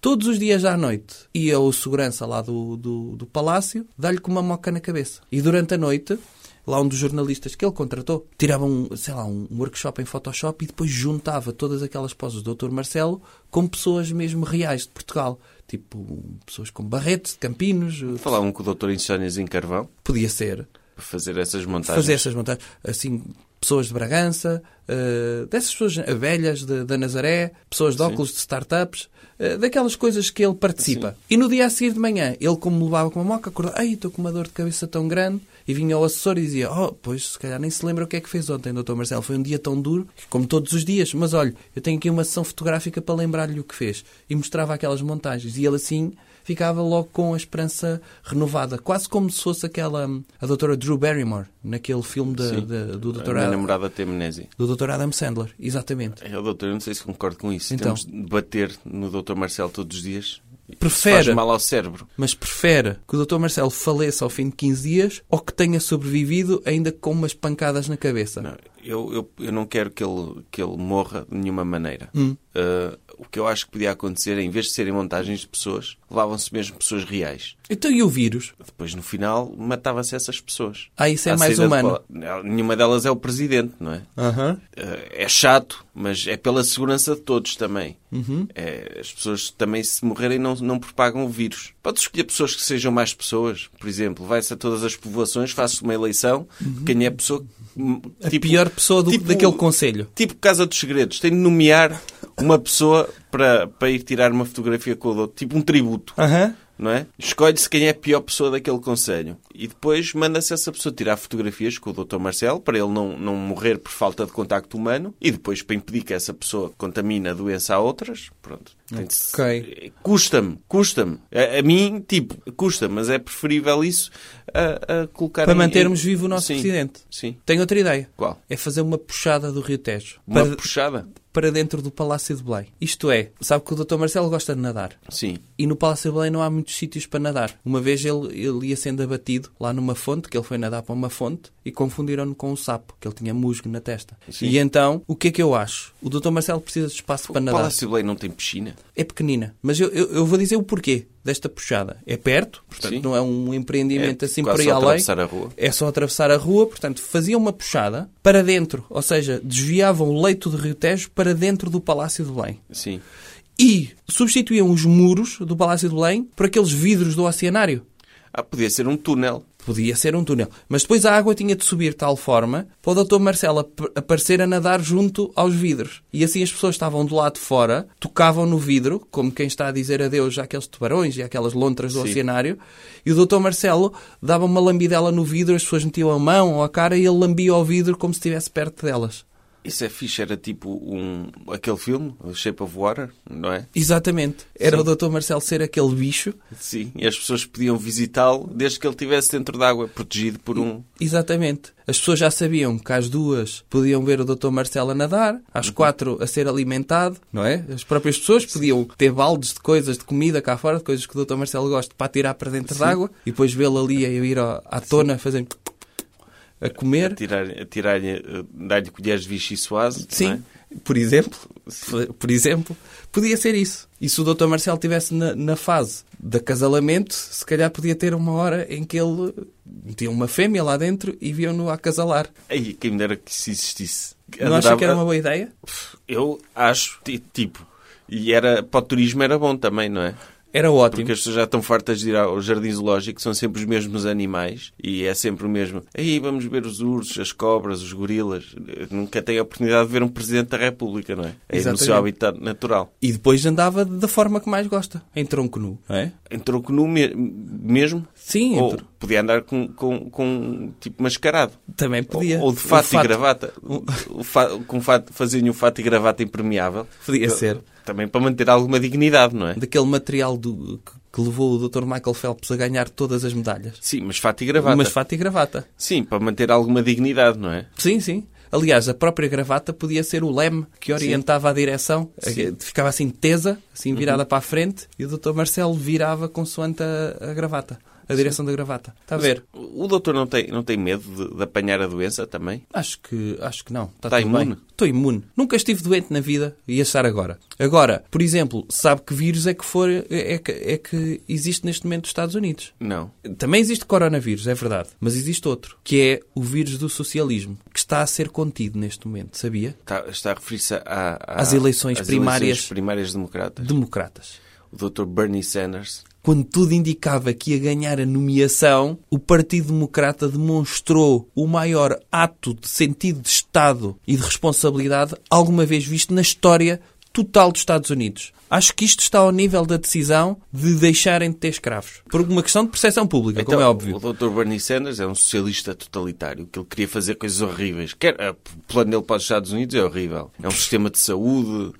[SPEAKER 3] Todos os dias à noite ia o segurança lá do, do, do palácio dar-lhe com uma moca na cabeça. E durante a noite lá um dos jornalistas que ele contratou, tirava um, sei lá, um workshop em Photoshop e depois juntava todas aquelas poses do Dr. Marcelo com pessoas mesmo reais de Portugal. Tipo, pessoas como Barreto, de Campinos, eh,
[SPEAKER 2] Falavam um com o Dr. Insónias em Carvão
[SPEAKER 3] podia ser.
[SPEAKER 2] para fazer essas montagens.
[SPEAKER 3] Fazer essas montagens. Assim, pessoas de Bragança, eh, dessas pessoas eh, velhas de- da Nazaré, pessoas de óculos de startups, eh, daquelas coisas que ele participa. E no dia a seguir de manhã, ele como levava com uma moca, acordava, ai, estou com uma dor de cabeça tão grande, e vinha o assessor e dizia, oh, pois, se calhar nem se lembra o que é que fez ontem, doutor Marcelo, foi um dia tão duro, como todos os dias, mas olha, eu tenho aqui uma sessão fotográfica para lembrar-lhe o que fez. E mostrava aquelas montagens. E ele assim ficava logo com a esperança renovada, quase como se fosse aquela, hum, a doutora Drew Barrymore, naquele filme da-
[SPEAKER 2] Sim.
[SPEAKER 3] da- do
[SPEAKER 2] A
[SPEAKER 3] doutor
[SPEAKER 2] minha namorada tem amnésia.
[SPEAKER 3] do Dr. Adam Sandler, exatamente.
[SPEAKER 2] Eu, É, doutor, eu não sei se concordo com isso.
[SPEAKER 3] Então.
[SPEAKER 2] Temos de bater no Dr. Marcelo todos os dias. Isso
[SPEAKER 3] Prefere.
[SPEAKER 2] Faz mal ao cérebro.
[SPEAKER 3] Mas prefere que o Dr. Marcelo faleça ao fim de 15 dias ou que tenha sobrevivido ainda com umas pancadas na cabeça.
[SPEAKER 2] Não, eu, eu, eu não quero que ele, que ele morra de nenhuma maneira.
[SPEAKER 3] Hum.
[SPEAKER 2] Ah, o que eu acho que podia acontecer, é, em vez de serem montagens de pessoas, levavam-se mesmo pessoas reais.
[SPEAKER 3] Então e o vírus?
[SPEAKER 2] Depois, no final, matava-se essas pessoas.
[SPEAKER 3] Ah, isso é
[SPEAKER 2] À
[SPEAKER 3] mais
[SPEAKER 2] saída de
[SPEAKER 3] humano.
[SPEAKER 2] pa- Nenhuma delas é o presidente, não é?
[SPEAKER 3] Aham.
[SPEAKER 2] Eh, é chato, mas é pela segurança de todos também.
[SPEAKER 3] Uhum.
[SPEAKER 2] Eh, as pessoas também, se morrerem, não, não propagam o vírus. Podes escolher pessoas que sejam mais pessoas. Por exemplo, vai-se a todas as povoações, faz-se uma eleição, quem é a pessoa... que-
[SPEAKER 3] Uhum. A pior pessoa do- daquele conselho.
[SPEAKER 2] Tipo Casa dos Segredos. Tem de nomear uma pessoa para, para ir tirar uma fotografia com o outro. Tipo um tributo
[SPEAKER 3] Aham.
[SPEAKER 2] não é? Escolhe-se quem é a pior pessoa daquele conselho. E depois manda-se essa pessoa tirar fotografias com o Dr. Marcelo para ele não, não morrer por falta de contacto humano e depois para impedir que essa pessoa contamine a doença a outras. Pronto. Tem de se-
[SPEAKER 3] Ok.
[SPEAKER 2] Custa-me, custa-me. A, a mim, tipo, custa, mas é preferível isso a, a colocar
[SPEAKER 3] Para
[SPEAKER 2] em-
[SPEAKER 3] mantermos
[SPEAKER 2] em-
[SPEAKER 3] vivo o nosso
[SPEAKER 2] Sim,
[SPEAKER 3] presidente.
[SPEAKER 2] Sim.
[SPEAKER 3] Tenho outra ideia.
[SPEAKER 2] Qual?
[SPEAKER 3] É fazer uma puxada do Rio Tejo
[SPEAKER 2] Uma
[SPEAKER 3] para,
[SPEAKER 2] puxada?
[SPEAKER 3] para dentro do Palácio de Belém. Isto é, sabe que o Dr. Marcelo gosta de nadar.
[SPEAKER 2] Sim.
[SPEAKER 3] E no Palácio de Belém não há muitos sítios para nadar. Uma vez ele, ele ia sendo abatido lá numa fonte, que ele foi nadar para uma fonte, e confundiram-no com um sapo, que ele tinha musgo na testa.
[SPEAKER 2] Sim.
[SPEAKER 3] E então, o que é que eu acho? O Dr. Marcelo precisa de espaço para
[SPEAKER 2] O
[SPEAKER 3] nadar.
[SPEAKER 2] Palácio de Belém não tem piscina?
[SPEAKER 3] É pequenina. Mas eu, eu, eu vou dizer o porquê desta puxada. É perto, portanto
[SPEAKER 2] Sim.
[SPEAKER 3] não é um empreendimento
[SPEAKER 2] É
[SPEAKER 3] assim por
[SPEAKER 2] quase
[SPEAKER 3] aí
[SPEAKER 2] só
[SPEAKER 3] além.
[SPEAKER 2] atravessar a rua.
[SPEAKER 3] É só atravessar a rua, portanto fazia uma puxada para dentro. Ou seja, desviavam o leito do Rio Tejo para dentro do Palácio de Belém
[SPEAKER 2] Sim.
[SPEAKER 3] e substituíam os muros do Palácio de Belém por aqueles vidros do oceanário.
[SPEAKER 2] Ah, podia ser um túnel.
[SPEAKER 3] Podia ser um túnel. Mas depois a água tinha de subir de tal forma para o Dr. Marcelo ap- aparecer a nadar junto aos vidros. E assim as pessoas estavam do lado de fora, tocavam no vidro, como quem está a dizer adeus àqueles tubarões e àquelas lontras do
[SPEAKER 2] Sim.
[SPEAKER 3] oceanário, e o Dr. Marcelo dava uma lambidela no vidro, as pessoas metiam a mão ou a cara e ele lambia o vidro como se estivesse perto delas.
[SPEAKER 2] Isso é fixe, era tipo um, aquele filme, o Shape of Water, não é?
[SPEAKER 3] Exatamente. Era
[SPEAKER 2] Sim.
[SPEAKER 3] o Dr. Marcelo ser aquele bicho
[SPEAKER 2] Sim, e as pessoas podiam visitá-lo desde que ele estivesse dentro d'água, protegido por um.
[SPEAKER 3] Exatamente. As pessoas já sabiam que às duas podiam ver o Dr. Marcelo a nadar,
[SPEAKER 2] Uhum.
[SPEAKER 3] às quatro a ser alimentado, não é? As próprias pessoas podiam ter baldes de coisas, de comida cá fora, de coisas que o Dr. Marcelo gosta para tirar para dentro d'água e depois vê-lo ali a ir ao- à tona fazer a
[SPEAKER 2] a
[SPEAKER 3] comer.
[SPEAKER 2] Tirar, a tirar dar-lhe colheres de vichy suase.
[SPEAKER 3] Sim, por exemplo, por exemplo, podia ser isso. E se o Dr. Marcelo estivesse na, na fase de acasalamento, se calhar podia ter uma hora em que ele metia uma fêmea lá dentro e viam-no a acasalar.
[SPEAKER 2] é? Aí, quem me dera que isso existisse.
[SPEAKER 3] Não acha
[SPEAKER 2] Adorava-
[SPEAKER 3] que era uma boa ideia?
[SPEAKER 2] Eu acho, ti- tipo. E era, para o turismo era bom também, não é?
[SPEAKER 3] Era ótimo.
[SPEAKER 2] Porque as pessoas já estão fartas de ir ao jardim zoológico, são sempre os mesmos animais e é sempre o mesmo. Aí vamos ver os ursos, as cobras, os gorilas. Nunca tem a oportunidade de ver um Presidente da República, não é? É no
[SPEAKER 3] Exatamente.
[SPEAKER 2] seu habitat natural.
[SPEAKER 3] E depois andava da forma que mais gosta, em tronco nu. não É?
[SPEAKER 2] Entrou que nu me- mesmo?
[SPEAKER 3] Sim,
[SPEAKER 2] Ou
[SPEAKER 3] entrou.
[SPEAKER 2] podia andar com, com, com tipo mascarado.
[SPEAKER 3] Também podia.
[SPEAKER 2] Ou, ou de
[SPEAKER 3] O
[SPEAKER 2] fato, e
[SPEAKER 3] fato-
[SPEAKER 2] gravata. O fa- Com fato, faziam o fato e gravata impermeável.
[SPEAKER 3] Podia ser.
[SPEAKER 2] Também para manter alguma dignidade, não é?
[SPEAKER 3] Daquele material do, que, que levou o Dr. Michael Phelps a ganhar todas as medalhas.
[SPEAKER 2] Sim, mas fato e gravata.
[SPEAKER 3] Mas fato e gravata.
[SPEAKER 2] Sim, para manter alguma dignidade, não é?
[SPEAKER 3] Sim, sim. Aliás, a própria gravata podia ser o leme que orientava a direção.
[SPEAKER 2] Sim. Uhum.
[SPEAKER 3] Ficava assim tesa, assim virada para a frente, e o Dr. Marcelo virava consoante a, a gravata, a direção da gravata. Está a ver?
[SPEAKER 2] O doutor não tem, não tem medo de, de apanhar a doença também?
[SPEAKER 3] Acho que, acho que não. Está
[SPEAKER 2] Tá
[SPEAKER 3] tudo
[SPEAKER 2] imune?
[SPEAKER 3] bem. Estou imune. Nunca estive doente na vida e ia estar agora. Agora, por exemplo, sabe que vírus é que, for, é, que, é que existe neste momento nos Estados Unidos?
[SPEAKER 2] Não.
[SPEAKER 3] Também existe coronavírus, é verdade. Mas existe outro, que é o vírus do socialismo, que está a ser contido neste momento, sabia?
[SPEAKER 2] Está, está a referir-se a- a-
[SPEAKER 3] Às eleições
[SPEAKER 2] às
[SPEAKER 3] primárias.
[SPEAKER 2] eleições primárias democratas.
[SPEAKER 3] Democratas.
[SPEAKER 2] O doutor Bernie Sanders.
[SPEAKER 3] Quando tudo indicava que ia ganhar a nomeação, o Partido Democrata demonstrou o maior ato de sentido de Estado e de responsabilidade alguma vez visto na história total dos Estados Unidos. Acho que isto está ao nível da decisão de deixarem de ter escravos. Por uma questão de percepção pública, como é óbvio.
[SPEAKER 2] Então, O doutor Bernie Sanders é um socialista totalitário, que ele queria fazer coisas horríveis. Quer, eh, o plano dele para os Estados Unidos é horrível. É um sistema de saúde.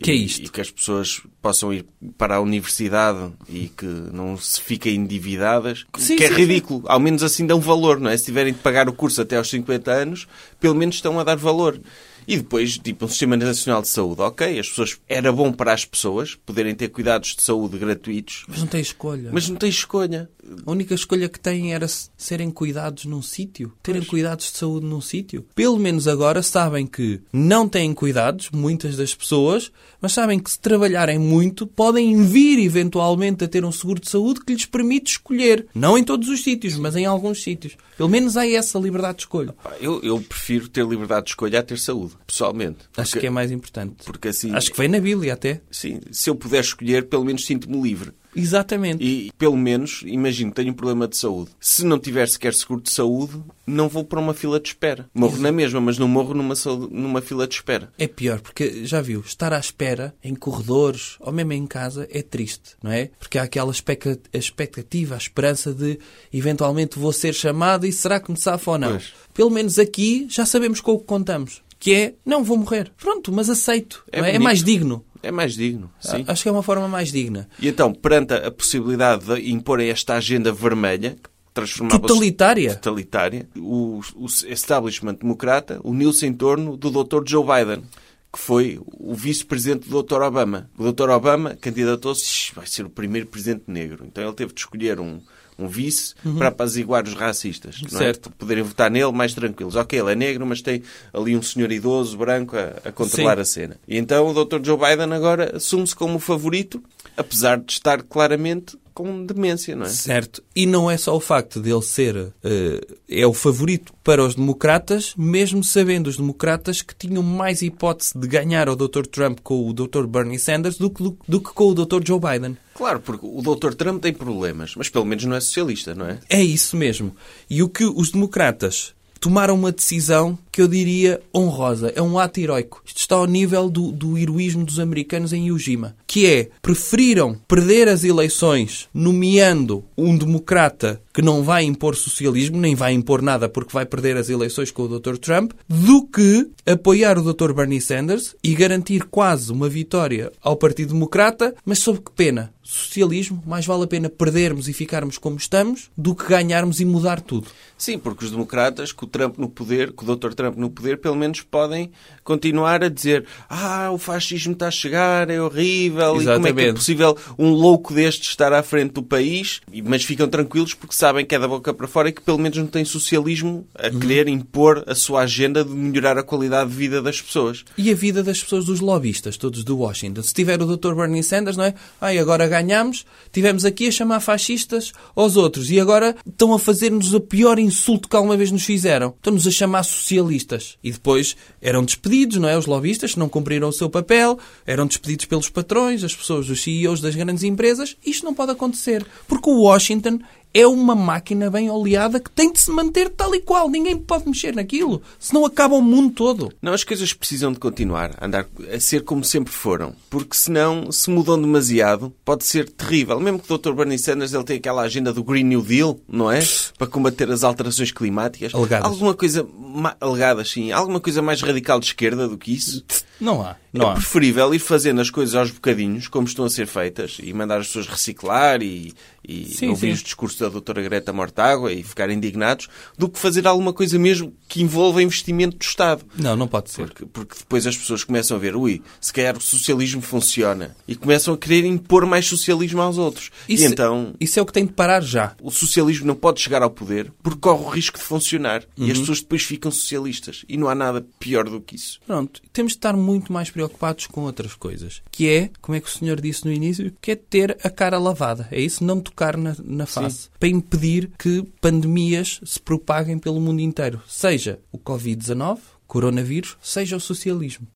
[SPEAKER 3] Que é
[SPEAKER 2] e-
[SPEAKER 3] isto?
[SPEAKER 2] E que as pessoas possam ir para a universidade e que não se fiquem endividadas.
[SPEAKER 3] Sim,
[SPEAKER 2] que é
[SPEAKER 3] sim,
[SPEAKER 2] ridículo. Ao menos assim dão valor, não é? Se tiverem de pagar o curso até aos 50 anos, pelo menos estão a dar valor. E depois, tipo, um sistema nacional de saúde, ok? As pessoas, era bom para as pessoas poderem ter cuidados de saúde gratuitos,
[SPEAKER 3] Mas não tem escolha.
[SPEAKER 2] mas não tem escolha.
[SPEAKER 3] A única escolha que têm era se- serem cuidados num sítio, terem cuidados de saúde num sítio. Pelo menos agora sabem que não têm cuidados, muitas das pessoas, mas sabem que se trabalharem muito podem vir eventualmente a ter um seguro de saúde que lhes permite escolher. Não em todos os sítios, mas em alguns sítios. Pelo menos há essa liberdade de escolha.
[SPEAKER 2] Pá, Eu, eu prefiro ter liberdade de escolha a ter saúde, pessoalmente.
[SPEAKER 3] Acho
[SPEAKER 2] Porque-
[SPEAKER 3] que é mais importante.
[SPEAKER 2] Porque assim,
[SPEAKER 3] Acho que vem na Bíblia até.
[SPEAKER 2] sim, se eu puder escolher, pelo menos sinto-me livre.
[SPEAKER 3] Exatamente.
[SPEAKER 2] E, pelo menos, imagino, tenho um problema de saúde. Se não tiver sequer seguro de saúde, não vou para uma fila de espera. Morro na mesma, mas não morro numa, saúde- numa fila de espera.
[SPEAKER 3] É pior, porque já viu, estar à espera em corredores ou mesmo em casa é triste, não é? Porque há aquela especa- a expectativa, a esperança de eventualmente vou ser chamado e será que me safo ou não.
[SPEAKER 2] Pois.
[SPEAKER 3] Pelo menos aqui já sabemos com o que contamos, que é não vou morrer. Pronto, mas aceito.
[SPEAKER 2] É
[SPEAKER 3] não É, É
[SPEAKER 2] bonito.
[SPEAKER 3] mais digno.
[SPEAKER 2] É mais digno, sim.
[SPEAKER 3] Acho que é uma forma mais digna.
[SPEAKER 2] E então, perante a possibilidade de imporem esta agenda vermelha, que transformava
[SPEAKER 3] Totalitária.
[SPEAKER 2] totalitária, o, o establishment democrata uniu-se em torno do Dr. Joe Biden, que foi o vice-presidente do Dr. Obama. O Dr. Obama candidatou-se, "Shh, vai ser o primeiro presidente negro. Então ele teve de escolher um, um vice para apaziguar os racistas. não é?
[SPEAKER 3] Uhum. Certo.
[SPEAKER 2] Para poderem votar nele mais tranquilos. Ok, ele é negro, mas tem ali um senhor idoso, branco, a, a controlar
[SPEAKER 3] Sim.
[SPEAKER 2] a cena. E então o Dr. Joe Biden agora assume-se como o favorito, apesar de estar claramente com demência, não é?
[SPEAKER 3] Certo. E não é só o facto de ele ser eh, é o favorito para os democratas, mesmo sabendo os democratas que tinham mais hipótese de ganhar ao Dr. Trump com o Dr. Bernie Sanders do que, do, do que com o Dr. Joe Biden.
[SPEAKER 2] Claro, porque o Dr. Trump tem problemas, mas pelo menos não é socialista, não é?
[SPEAKER 3] É isso mesmo. E o que os democratas tomaram uma decisão que eu diria honrosa, é um ato heroico. Isto está ao nível do, do heroísmo dos americanos em Yojima, que é preferiram perder as eleições nomeando um democrata que não vai impor socialismo, nem vai impor nada porque vai perder as eleições com o Dr. Trump, do que apoiar o Dr. Bernie Sanders e garantir quase uma vitória ao Partido Democrata, mas sob que pena? Socialismo, mais vale a pena perdermos e ficarmos como estamos do que ganharmos e mudar tudo.
[SPEAKER 2] Sim, porque os democratas, com o Trump no poder, com o Dr. Trump no poder, pelo menos podem continuar a dizer ah, o fascismo está a chegar, é horrível, e como é que é
[SPEAKER 3] Exatamente.
[SPEAKER 2] possível um louco deste estar à frente do país? E- Mas ficam tranquilos porque sabem que é da boca para fora e que pelo menos não tem socialismo a querer impor a sua agenda de melhorar a qualidade de vida das pessoas.
[SPEAKER 3] E a vida das pessoas, dos lobistas, todos do Washington. Se tiver o Dr. Bernie Sanders, não é? Ai, agora ganhamos, tivemos aqui a chamar fascistas aos outros e agora estão a fazer-nos o pior insulto que alguma vez nos fizeram. Estão-nos a chamar socialistas. E depois eram despedidos, não é? Os lobistas que não cumpriram o seu papel, eram despedidos pelos patrões, as pessoas, os CEOs das grandes empresas. Isto não pode acontecer, porque o Washington é uma máquina bem oleada que tem de se manter tal e qual. Ninguém pode mexer naquilo, senão acaba o mundo todo.
[SPEAKER 2] Não, as coisas precisam de continuar a andar a ser como sempre foram, porque senão, se mudam demasiado, pode ser terrível. Mesmo que o Dr. Bernie Sanders ele tem aquela agenda do Green New Deal, não é? Para combater as alterações climáticas.
[SPEAKER 3] Alegadas.
[SPEAKER 2] Alguma coisa ma- alegadas, sim. Alguma coisa mais radical de esquerda do que isso?
[SPEAKER 3] Não há, não
[SPEAKER 2] é
[SPEAKER 3] há.
[SPEAKER 2] preferível ir fazendo as coisas aos bocadinhos, como estão a ser feitas, e mandar as pessoas reciclar e, e
[SPEAKER 3] Sim,
[SPEAKER 2] ouvir
[SPEAKER 3] sim.
[SPEAKER 2] os discursos da doutora Greta Mortágua e ficar indignados, do que fazer alguma coisa mesmo que envolva investimento do Estado.
[SPEAKER 3] Não, não pode ser.
[SPEAKER 2] Porque, porque depois as pessoas começam a ver, ui, se calhar o socialismo funciona. E começam a querer impor mais socialismo aos outros.
[SPEAKER 3] Isso,
[SPEAKER 2] e então,
[SPEAKER 3] isso é o que tem de parar já.
[SPEAKER 2] o socialismo não pode chegar ao poder porque corre o risco de funcionar. E
[SPEAKER 3] Uhum.
[SPEAKER 2] as pessoas depois ficam socialistas. E não há nada pior do que isso.
[SPEAKER 3] Pronto, temos de estar muito mais preocupados com outras coisas. Que é, como é que o senhor disse no início, que é ter a cara lavada. É isso, não me tocar na, na face. Para impedir que pandemias se propaguem pelo mundo inteiro. Seja o Covid-19, coronavírus, seja o socialismo.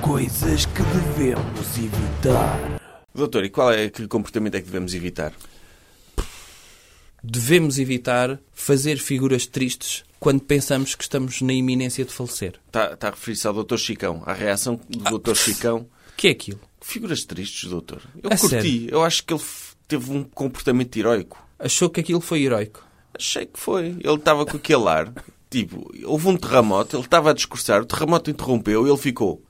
[SPEAKER 1] Coisas que devemos evitar.
[SPEAKER 2] Doutor, e qual é que comportamento é que devemos evitar?
[SPEAKER 3] Devemos evitar fazer figuras tristes quando pensamos que estamos na iminência de falecer.
[SPEAKER 2] Está, está a referir-se ao Dr. Chicão, à reação
[SPEAKER 3] Ah,
[SPEAKER 2] do Dr. Chicão.
[SPEAKER 3] O que é aquilo?
[SPEAKER 2] Figuras tristes, doutor. Eu
[SPEAKER 3] A
[SPEAKER 2] curti.
[SPEAKER 3] sério?
[SPEAKER 2] Eu acho que ele f- teve um comportamento heroico.
[SPEAKER 3] Achou que aquilo foi heroico?
[SPEAKER 2] Achei que foi. Ele estava com aquele ar. Tipo, houve um terremoto, ele estava a discursar, o terremoto interrompeu e ele ficou.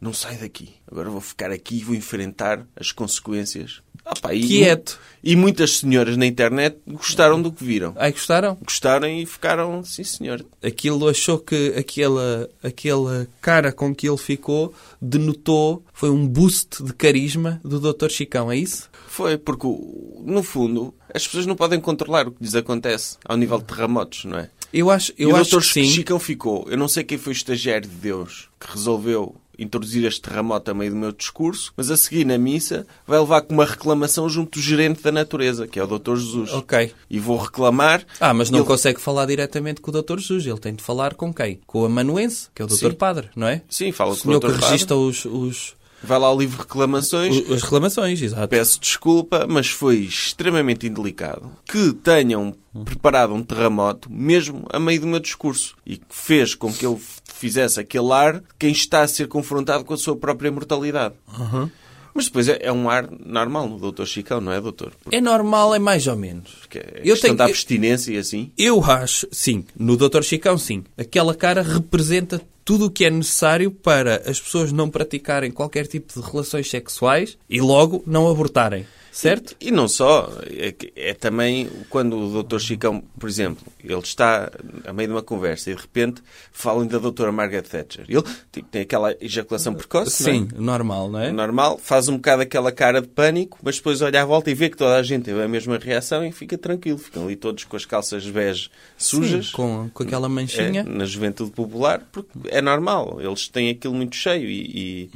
[SPEAKER 2] Não sai daqui. Agora vou ficar aqui e vou enfrentar as consequências. Ah pá, e-
[SPEAKER 3] Quieto.
[SPEAKER 2] E muitas senhoras na internet gostaram do que viram.
[SPEAKER 3] Ai, gostaram?
[SPEAKER 2] Gostaram e ficaram, sim senhor.
[SPEAKER 3] aquilo achou que aquela, aquela cara com que ele ficou denotou, foi um boost de carisma do Dr. Chicão, é isso?
[SPEAKER 2] Foi, porque o- no fundo as pessoas não podem controlar o que lhes acontece ao nível de terremotos, não é?
[SPEAKER 3] Eu acho,
[SPEAKER 2] e
[SPEAKER 3] eu
[SPEAKER 2] o
[SPEAKER 3] acho
[SPEAKER 2] doutor
[SPEAKER 3] que sim.
[SPEAKER 2] Chicão ficou. Eu não sei quem foi o estagiário de Deus que resolveu introduzir este terremoto a meio do meu discurso, mas a seguir na missa vai levar com uma reclamação junto do gerente da natureza, que é o doutor Jesus.
[SPEAKER 3] Ok.
[SPEAKER 2] E vou reclamar.
[SPEAKER 3] Ah, mas não
[SPEAKER 2] Ele-
[SPEAKER 3] consegue falar diretamente com o Dr. Jesus. Ele tem de falar com quem? Com o amanuense, que é o Dr.
[SPEAKER 2] Sim.
[SPEAKER 3] Padre, não é?
[SPEAKER 2] Sim, fala
[SPEAKER 3] O
[SPEAKER 2] com o
[SPEAKER 3] senhor
[SPEAKER 2] doutor
[SPEAKER 3] que registra os, os,
[SPEAKER 2] Vai lá ao livro de reclamações.
[SPEAKER 3] os- as reclamações, exato.
[SPEAKER 2] Peço desculpa, mas foi extremamente indelicado que tenham preparado um terremoto mesmo a meio do meu discurso e que fez com que eu f- fizesse aquele ar de quem está a ser confrontado com a sua própria mortalidade.
[SPEAKER 3] Uhum.
[SPEAKER 2] Mas depois é, é um ar normal no Doutor Chicão, não é, Doutor?
[SPEAKER 3] É normal, é mais ou menos.
[SPEAKER 2] Porque é
[SPEAKER 3] Eu
[SPEAKER 2] questão
[SPEAKER 3] tenho-
[SPEAKER 2] da
[SPEAKER 3] eu-
[SPEAKER 2] abstinência e assim.
[SPEAKER 3] Eu acho, sim, no Dr. Chicão, sim. Aquela cara representa tudo o que é necessário para as pessoas não praticarem qualquer tipo de relações sexuais e logo não abortarem. Certo?
[SPEAKER 2] E não só, é, que- é também quando o doutor Chicão, por exemplo, ele está a meio de uma conversa e de repente falam da doutora Margaret Thatcher. Ele tipo, tem aquela ejaculação precoce, não é?
[SPEAKER 3] Sim, normal, não é?
[SPEAKER 2] normal, faz um bocado aquela cara de pânico, mas depois olha à volta e vê que toda a gente teve a mesma reação e fica tranquilo. Ficam ali todos com as calças bege sujas.
[SPEAKER 3] Sim, com, com aquela
[SPEAKER 2] é,
[SPEAKER 3] manchinha.
[SPEAKER 2] na juventude popular, porque é normal, eles têm aquilo muito cheio e, e-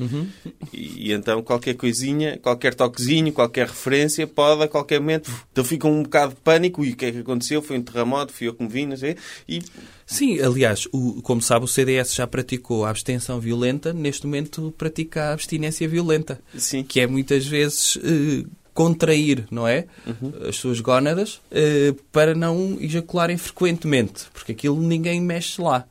[SPEAKER 2] e- e então qualquer coisinha, qualquer toquezinho, qualquer referência pode a qualquer momento. Então ficam um bocado de pânico e o que é que aconteceu? Foi um terremoto, fui eu que me vi, não sei. E
[SPEAKER 3] Sim, aliás, o- como sabe, o CDS já praticou a abstenção violenta, neste momento pratica a abstinência violenta.
[SPEAKER 2] Sim.
[SPEAKER 3] Que é muitas vezes eh, contrair, não é?
[SPEAKER 2] Uhum.
[SPEAKER 3] As suas gónadas eh, para não ejacularem frequentemente, porque aquilo ninguém mexe lá.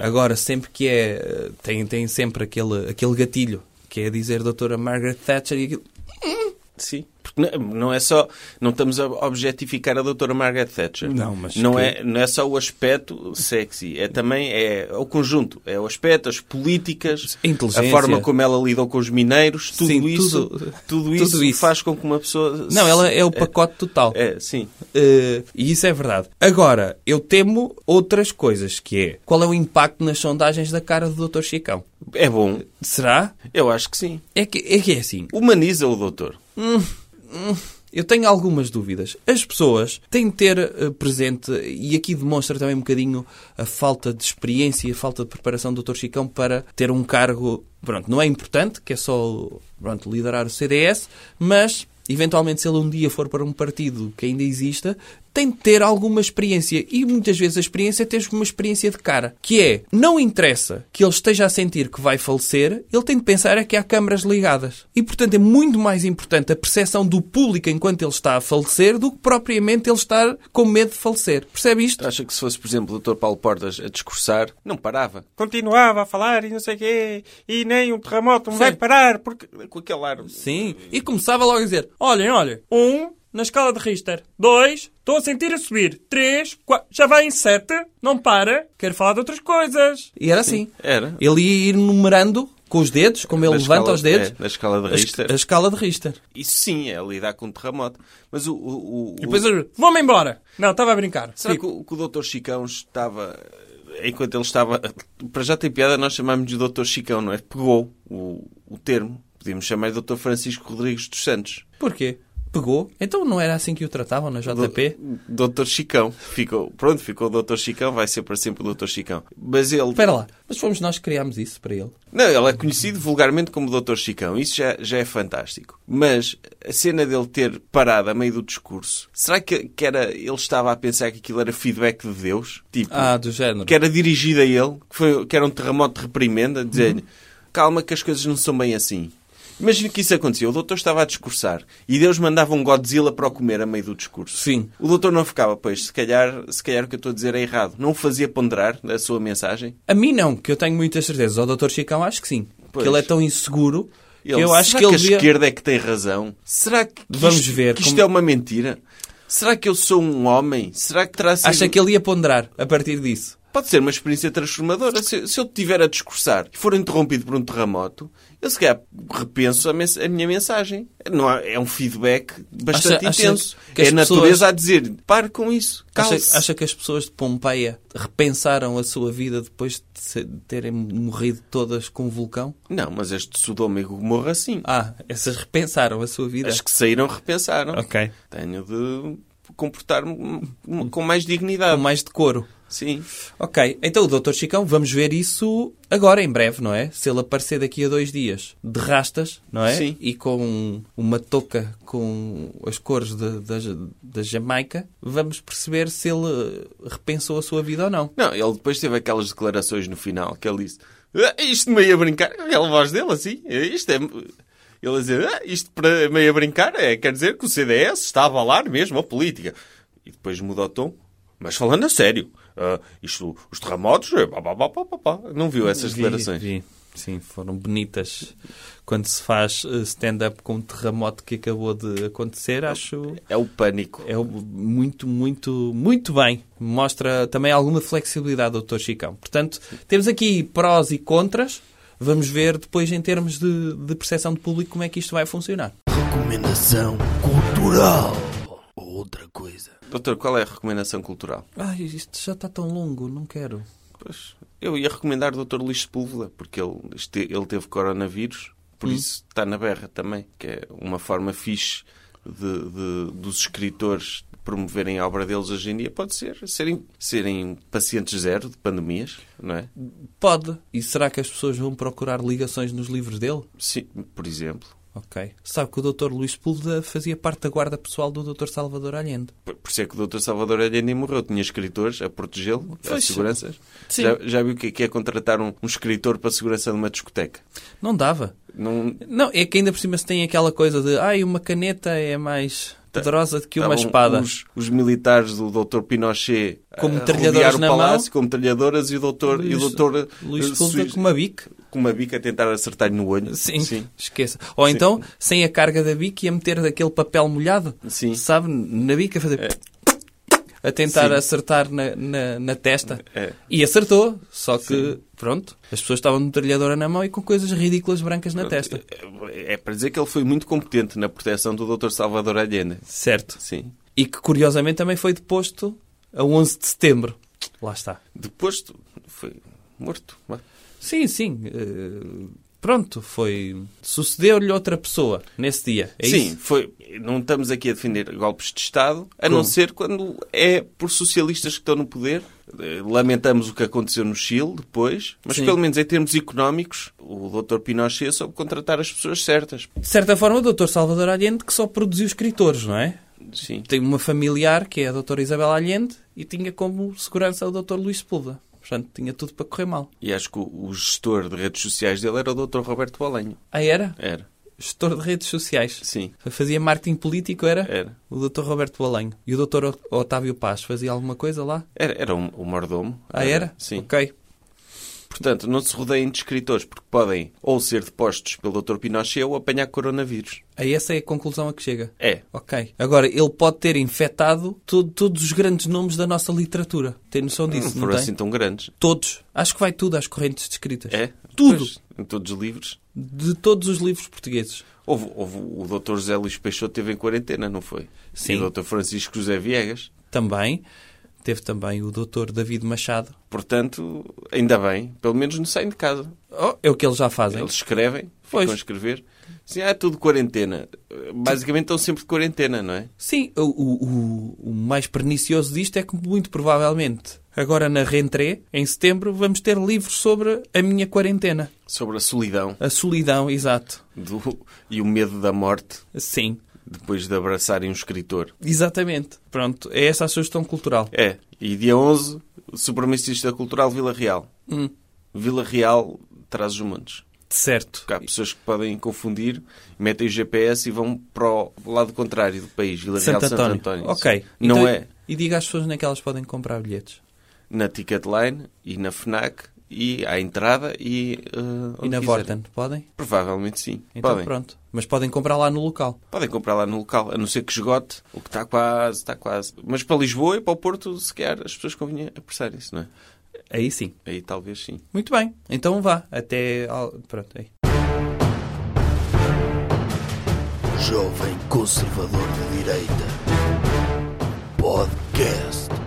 [SPEAKER 3] Agora, sempre que é. eh, tem, tem sempre aquele, aquele gatilho, que é dizer doutora Margaret Thatcher e aquilo.
[SPEAKER 2] Sim. Porque não- não é só. Não estamos a objetificar a doutora Margaret Thatcher.
[SPEAKER 3] Não, mas
[SPEAKER 2] Não,
[SPEAKER 3] que-
[SPEAKER 2] é, não é só o aspecto sexy. É também é, o conjunto. É o aspecto, as políticas,
[SPEAKER 3] A inteligência.
[SPEAKER 2] a forma como ela lidou com os mineiros. Tudo,
[SPEAKER 3] Sim,
[SPEAKER 2] isso,
[SPEAKER 3] tudo-
[SPEAKER 2] tudo,
[SPEAKER 3] tudo
[SPEAKER 2] isso,
[SPEAKER 3] isso.
[SPEAKER 2] faz com que uma pessoa.
[SPEAKER 3] Não, ela é o pacote total.
[SPEAKER 2] É, sim.
[SPEAKER 3] Eh, e isso é verdade. Agora, eu temo outras coisas, que é qual é o impacto nas sondagens da cara do Dr. Chicão?
[SPEAKER 2] É bom.
[SPEAKER 3] Será?
[SPEAKER 2] Eu acho que sim.
[SPEAKER 3] É que é, que é assim.
[SPEAKER 2] Humaniza o doutor.
[SPEAKER 3] Eu tenho algumas dúvidas. As pessoas têm de ter eh, presente, e aqui demonstra também um bocadinho a falta de experiência e a falta de preparação do Dr. Chicão para ter um cargo. Pronto, não é importante, que é só pronto, liderar o CDS, mas eventualmente se ele um dia for para um partido que ainda exista, tem de ter alguma experiência. E muitas vezes a experiência é teres uma experiência de cara. Que é, não interessa que ele esteja a sentir que vai falecer, ele tem de pensar é que há câmaras ligadas. E, portanto, é muito mais importante a percepção do público enquanto ele está a falecer do que propriamente ele estar com medo de falecer. Percebe isto?
[SPEAKER 2] Acha que se fosse, por exemplo, o Dr. Paulo Portas a discursar, não parava.
[SPEAKER 4] Continuava a falar e não sei o quê. E nem um terremoto me
[SPEAKER 3] Sim.
[SPEAKER 4] vai parar. Porque... Com aquele ar.
[SPEAKER 3] Sim. E começava logo a dizer,
[SPEAKER 4] Olhem, olhem. Um, na escala de Richter. Dois, estou a sentir a subir. Três, quatro. Já vai em sete. Não para. Quero falar de outras coisas.
[SPEAKER 3] E era assim.
[SPEAKER 2] Era.
[SPEAKER 3] Ele ia ir numerando com os dedos, como ele
[SPEAKER 2] Na
[SPEAKER 3] levanta
[SPEAKER 2] escala-
[SPEAKER 3] os dedos.
[SPEAKER 2] é, na escala de
[SPEAKER 3] a es-
[SPEAKER 2] Richter.
[SPEAKER 3] A, escala de Richter.
[SPEAKER 2] Isso sim, é lidar com um terremoto. Mas o. o, o-
[SPEAKER 4] E depois eu- Vou-me embora. Não, estava a brincar. Tipo,
[SPEAKER 2] Será
[SPEAKER 4] Fico.
[SPEAKER 2] que o, que o Dr. Chicão estava. Enquanto ele estava. Para já ter piada, nós chamámos de Dr. Chicão, não é? Pegou o, o termo. Podíamos chamar de Dr. Francisco Rodrigues dos Santos.
[SPEAKER 3] Porquê? Pegou? Então não era assim que o tratavam na JP?
[SPEAKER 2] Dr. Chicão. Ficou, pronto, ficou o Dr. Chicão, vai ser para sempre o Dr. Chicão. Mas ele.
[SPEAKER 3] Espera lá. Mas fomos nós que criámos isso para ele.
[SPEAKER 2] Não, ele é conhecido vulgarmente como Dr. Chicão. Isso já, já é fantástico. Mas a cena dele ter parado a meio do discurso, será que, que era, ele estava a pensar que aquilo era feedback de Deus? Tipo,
[SPEAKER 3] Ah, do género.
[SPEAKER 2] que era dirigido a ele, que, foi, que era um terremoto de reprimenda, a dizer-lhe calma que as coisas não são bem assim. Imagina que isso aconteceu. O doutor estava a discursar e Deus mandava um Godzilla para o comer a meio do discurso.
[SPEAKER 3] Sim.
[SPEAKER 2] O doutor não ficava, pois, se calhar, se calhar o que eu estou a dizer é errado. Não o fazia ponderar da sua mensagem.
[SPEAKER 3] A mim não, que eu tenho muitas certezas. Ao Dr. Chicão acho que sim.
[SPEAKER 2] Pois.
[SPEAKER 3] Que ele é tão inseguro
[SPEAKER 2] Ele,
[SPEAKER 3] que eu acho
[SPEAKER 2] será
[SPEAKER 3] que ele
[SPEAKER 2] a
[SPEAKER 3] devia...
[SPEAKER 2] esquerda é que tem razão? Será que, que
[SPEAKER 3] Vamos
[SPEAKER 2] isto,
[SPEAKER 3] ver
[SPEAKER 2] que isto
[SPEAKER 3] como-
[SPEAKER 2] é uma mentira? Será que eu sou um homem? Será que terá sido...
[SPEAKER 3] Acha que ele ia ponderar a partir disso?
[SPEAKER 2] Pode ser uma experiência transformadora. Se, se eu estiver a discursar e for interrompido por um terremoto, eu se calhar repenso a, mens- a minha mensagem. Não há- é um feedback bastante
[SPEAKER 3] Acha- acha
[SPEAKER 2] intenso.
[SPEAKER 3] que
[SPEAKER 2] é a
[SPEAKER 3] as
[SPEAKER 2] natureza
[SPEAKER 3] pessoas-
[SPEAKER 2] a dizer, pare com isso,
[SPEAKER 3] Acha,
[SPEAKER 2] calce.
[SPEAKER 3] acha que as pessoas de Pompeia repensaram a sua vida depois de se- de terem morrido todas com o vulcão?
[SPEAKER 2] Não, mas este Sodoma e Gomorra sim.
[SPEAKER 3] Ah, essas repensaram a sua vida.
[SPEAKER 2] As que saíram repensaram.
[SPEAKER 3] Ok.
[SPEAKER 2] Tenho de comportar-me com mais dignidade.
[SPEAKER 3] Com mais decoro.
[SPEAKER 2] Sim.
[SPEAKER 3] Ok, então o Dr. Chicão, vamos ver isso agora, em breve, não é? Se ele aparecer daqui a dois dias de rastas, não é?
[SPEAKER 2] Sim.
[SPEAKER 3] E com uma touca com as cores de- da, da Jamaica, vamos perceber se ele eh, repensou a sua vida ou não.
[SPEAKER 2] Não, ele depois teve aquelas declarações no final que ele disse: "Ah, Isto meio a brincar. É a voz dele assim. "Ah, Isto é. Ele a dizer: "Ah, Isto para meio a brincar é, quer dizer que o CDS está a abalar mesmo a política. E depois muda o tom. Mas falando a sério, ah, isto, os terremotos. é pá, pá, pá, pá, pá, pá." Não viu essas declarações?
[SPEAKER 3] Vi, vi. Sim, foram bonitas. Quando se faz eh, stand-up com um terremoto que acabou de acontecer, acho.
[SPEAKER 2] É o pânico.
[SPEAKER 3] É o- muito, muito, muito bem. Mostra também alguma flexibilidade, Dr. Chicão. Portanto, temos aqui prós e contras. Vamos ver depois, em termos de, de percepção de público, como é que isto vai funcionar.
[SPEAKER 1] Recomendação cultural. Ou outra coisa.
[SPEAKER 2] Doutor, qual é a recomendação cultural?
[SPEAKER 3] Ai, isto já está tão longo, não quero.
[SPEAKER 2] Pois, eu ia recomendar o Dr. Luís Sepúlveda, porque ele, este- ele teve coronavírus, por
[SPEAKER 3] Hum.
[SPEAKER 2] isso está na berra também, que é uma forma fixe de, de- dos escritores promoverem a obra deles hoje em dia. Pode ser, serem, serem pacientes zero de pandemias, não é?
[SPEAKER 3] Pode. E será que as pessoas vão procurar ligações nos livros dele?
[SPEAKER 2] Sim, por exemplo.
[SPEAKER 3] Ok. Sabe que o Dr. Luís Púlveda fazia parte da guarda pessoal do Dr. Salvador Allende.
[SPEAKER 2] Por por isso é que o Dr. Salvador Allende morreu. Tinha escritores a protegê-lo, a
[SPEAKER 3] Pois.
[SPEAKER 2] seguranças.
[SPEAKER 3] Sim.
[SPEAKER 2] Já, já viu o que é que é contratar um, um escritor para a segurança de uma discoteca?
[SPEAKER 3] Não dava.
[SPEAKER 2] Não,
[SPEAKER 3] Não, é que ainda por cima se tem aquela coisa de ai, uma caneta é mais poderosa do que uma
[SPEAKER 2] Estavam
[SPEAKER 3] espada.
[SPEAKER 2] Os, os militares do Dr. Pinochet a-
[SPEAKER 3] Com
[SPEAKER 2] a
[SPEAKER 3] metralhadoras
[SPEAKER 2] rodear o
[SPEAKER 3] na
[SPEAKER 2] palácio com metralhadoras e o Dr. e o
[SPEAKER 3] Luís-
[SPEAKER 2] Dr.
[SPEAKER 3] Luís
[SPEAKER 2] eh,
[SPEAKER 3] Fulda
[SPEAKER 2] Suíço-
[SPEAKER 3] com uma bique.
[SPEAKER 2] com uma bica a tentar acertar-lhe no olho.
[SPEAKER 3] Sim, esqueça. Ou então, sem a carga da bica, ia meter daquele papel molhado,
[SPEAKER 2] Sim. É.
[SPEAKER 3] sabe, na bica, fazer... A tentar acertar na, na, na testa.
[SPEAKER 2] É.
[SPEAKER 3] E acertou. Só que, pronto, as pessoas estavam de metralhadora na mão e com coisas ridículas brancas na testa.
[SPEAKER 2] Ah, É para dizer que ele foi muito competente na proteção do Dr. Salvador Allende.
[SPEAKER 3] Certo.
[SPEAKER 2] Sim.
[SPEAKER 3] E que, curiosamente, também foi deposto a 11 de setembro. Lá está.
[SPEAKER 2] Depois foi morto. vá.
[SPEAKER 3] Sim, sim. eh, pronto, foi. Sucedeu-lhe outra pessoa nesse dia. É
[SPEAKER 2] Sim,
[SPEAKER 3] isso?
[SPEAKER 2] foi. Não estamos aqui a defender golpes de Estado, a não ser quando é por socialistas que estão no poder. Eh, Lamentamos o que aconteceu no Chile depois, mas
[SPEAKER 3] Sim.
[SPEAKER 2] pelo menos em termos económicos, o Dr. Pinochet soube contratar as pessoas certas.
[SPEAKER 3] De certa forma, o Dr. Salvador Allende que só produziu escritores, não é?
[SPEAKER 2] Sim.
[SPEAKER 3] Tem uma familiar, que é a doutora Isabel Allende, e tinha como segurança o doutor Luís Sepúlveda. Portanto, tinha tudo para correr mal.
[SPEAKER 2] E acho que o o gestor de redes sociais dele era o Dr. Roberto Bolenho.
[SPEAKER 3] Ah, era?
[SPEAKER 2] Era.
[SPEAKER 3] Gestor de redes sociais.
[SPEAKER 2] Sim,
[SPEAKER 3] Fazia marketing político, era?
[SPEAKER 2] era.
[SPEAKER 3] O Dr. Roberto Balanho. E o Dr. O- Otávio Paz fazia alguma coisa lá?
[SPEAKER 2] Era, era um, um mordomo.
[SPEAKER 3] Ah, era?
[SPEAKER 2] Sim.
[SPEAKER 3] Ok.
[SPEAKER 2] Portanto, não se rodeiem de escritores, porque podem ou ser depostos pelo Dr. Pinochet ou apanhar coronavírus.
[SPEAKER 3] Aí essa é a conclusão a que chega.
[SPEAKER 2] É.
[SPEAKER 3] Ok. Agora, ele pode ter infectado to- todos os grandes nomes da nossa literatura. Tem noção
[SPEAKER 2] Não
[SPEAKER 3] disso, não,
[SPEAKER 2] foram
[SPEAKER 3] tem?
[SPEAKER 2] assim tão grandes.
[SPEAKER 3] Todos. Acho que vai tudo às correntes de escritas.
[SPEAKER 2] É?
[SPEAKER 3] Tudo.
[SPEAKER 2] Pois, em todos os livros.
[SPEAKER 3] De todos os livros portugueses.
[SPEAKER 2] Houve, houve o Dr. José Luís Peixoto teve em quarentena, não foi?
[SPEAKER 3] Sim.
[SPEAKER 2] E o Dr. Francisco José Viegas.
[SPEAKER 3] Também. Teve também o Dr. David Machado.
[SPEAKER 2] Portanto, ainda bem. Pelo menos não saem de casa.
[SPEAKER 3] Oh, é o que eles já fazem.
[SPEAKER 2] Eles escrevem,
[SPEAKER 3] Pois.
[SPEAKER 2] ficam a escrever. Sim, ah, tudo quarentena. Basicamente estão sempre de quarentena, não é?
[SPEAKER 3] Sim, o, o- o- o mais pernicioso disto é que, muito provavelmente, agora na rentrée, em setembro, vamos ter livros sobre a minha quarentena.
[SPEAKER 2] Sobre a solidão
[SPEAKER 3] A solidão, exato.
[SPEAKER 2] do- e o medo da morte
[SPEAKER 3] Sim,
[SPEAKER 2] depois de abraçarem um escritor.
[SPEAKER 3] exatamente. Pronto, é essa a sugestão cultural.
[SPEAKER 2] É, e dia 11, o Supremacista Cultural Vila Real.
[SPEAKER 3] Hum,
[SPEAKER 2] Vila Real traz os montes.
[SPEAKER 3] certo.
[SPEAKER 2] Porque há pessoas que podem confundir, metem o GPS e vão para o lado contrário do país, Vila Real
[SPEAKER 3] Santo
[SPEAKER 2] Santo
[SPEAKER 3] António.
[SPEAKER 2] António.
[SPEAKER 3] Ok.
[SPEAKER 2] Não
[SPEAKER 3] Então,
[SPEAKER 2] é
[SPEAKER 3] E diga às pessoas onde é que elas podem comprar bilhetes.
[SPEAKER 2] na Ticketline e na FNAC e à entrada e... eh,
[SPEAKER 3] e
[SPEAKER 2] onde
[SPEAKER 3] na
[SPEAKER 2] quiserem.
[SPEAKER 3] Vorten, podem?
[SPEAKER 2] Provavelmente sim.
[SPEAKER 3] Então
[SPEAKER 2] podem.
[SPEAKER 3] pronto. Mas podem comprar lá no local.
[SPEAKER 2] Podem comprar lá no local, a não ser que esgote, o que está quase, está quase. Mas para Lisboa e para o Porto, se calhar, as pessoas convinha apressarem-se, não é?
[SPEAKER 3] Aí sim.
[SPEAKER 2] Aí talvez sim.
[SPEAKER 3] Muito bem. Então vá. Até. ao- Pronto, é aí.
[SPEAKER 1] Jovem Conservador de Direita. Podcast.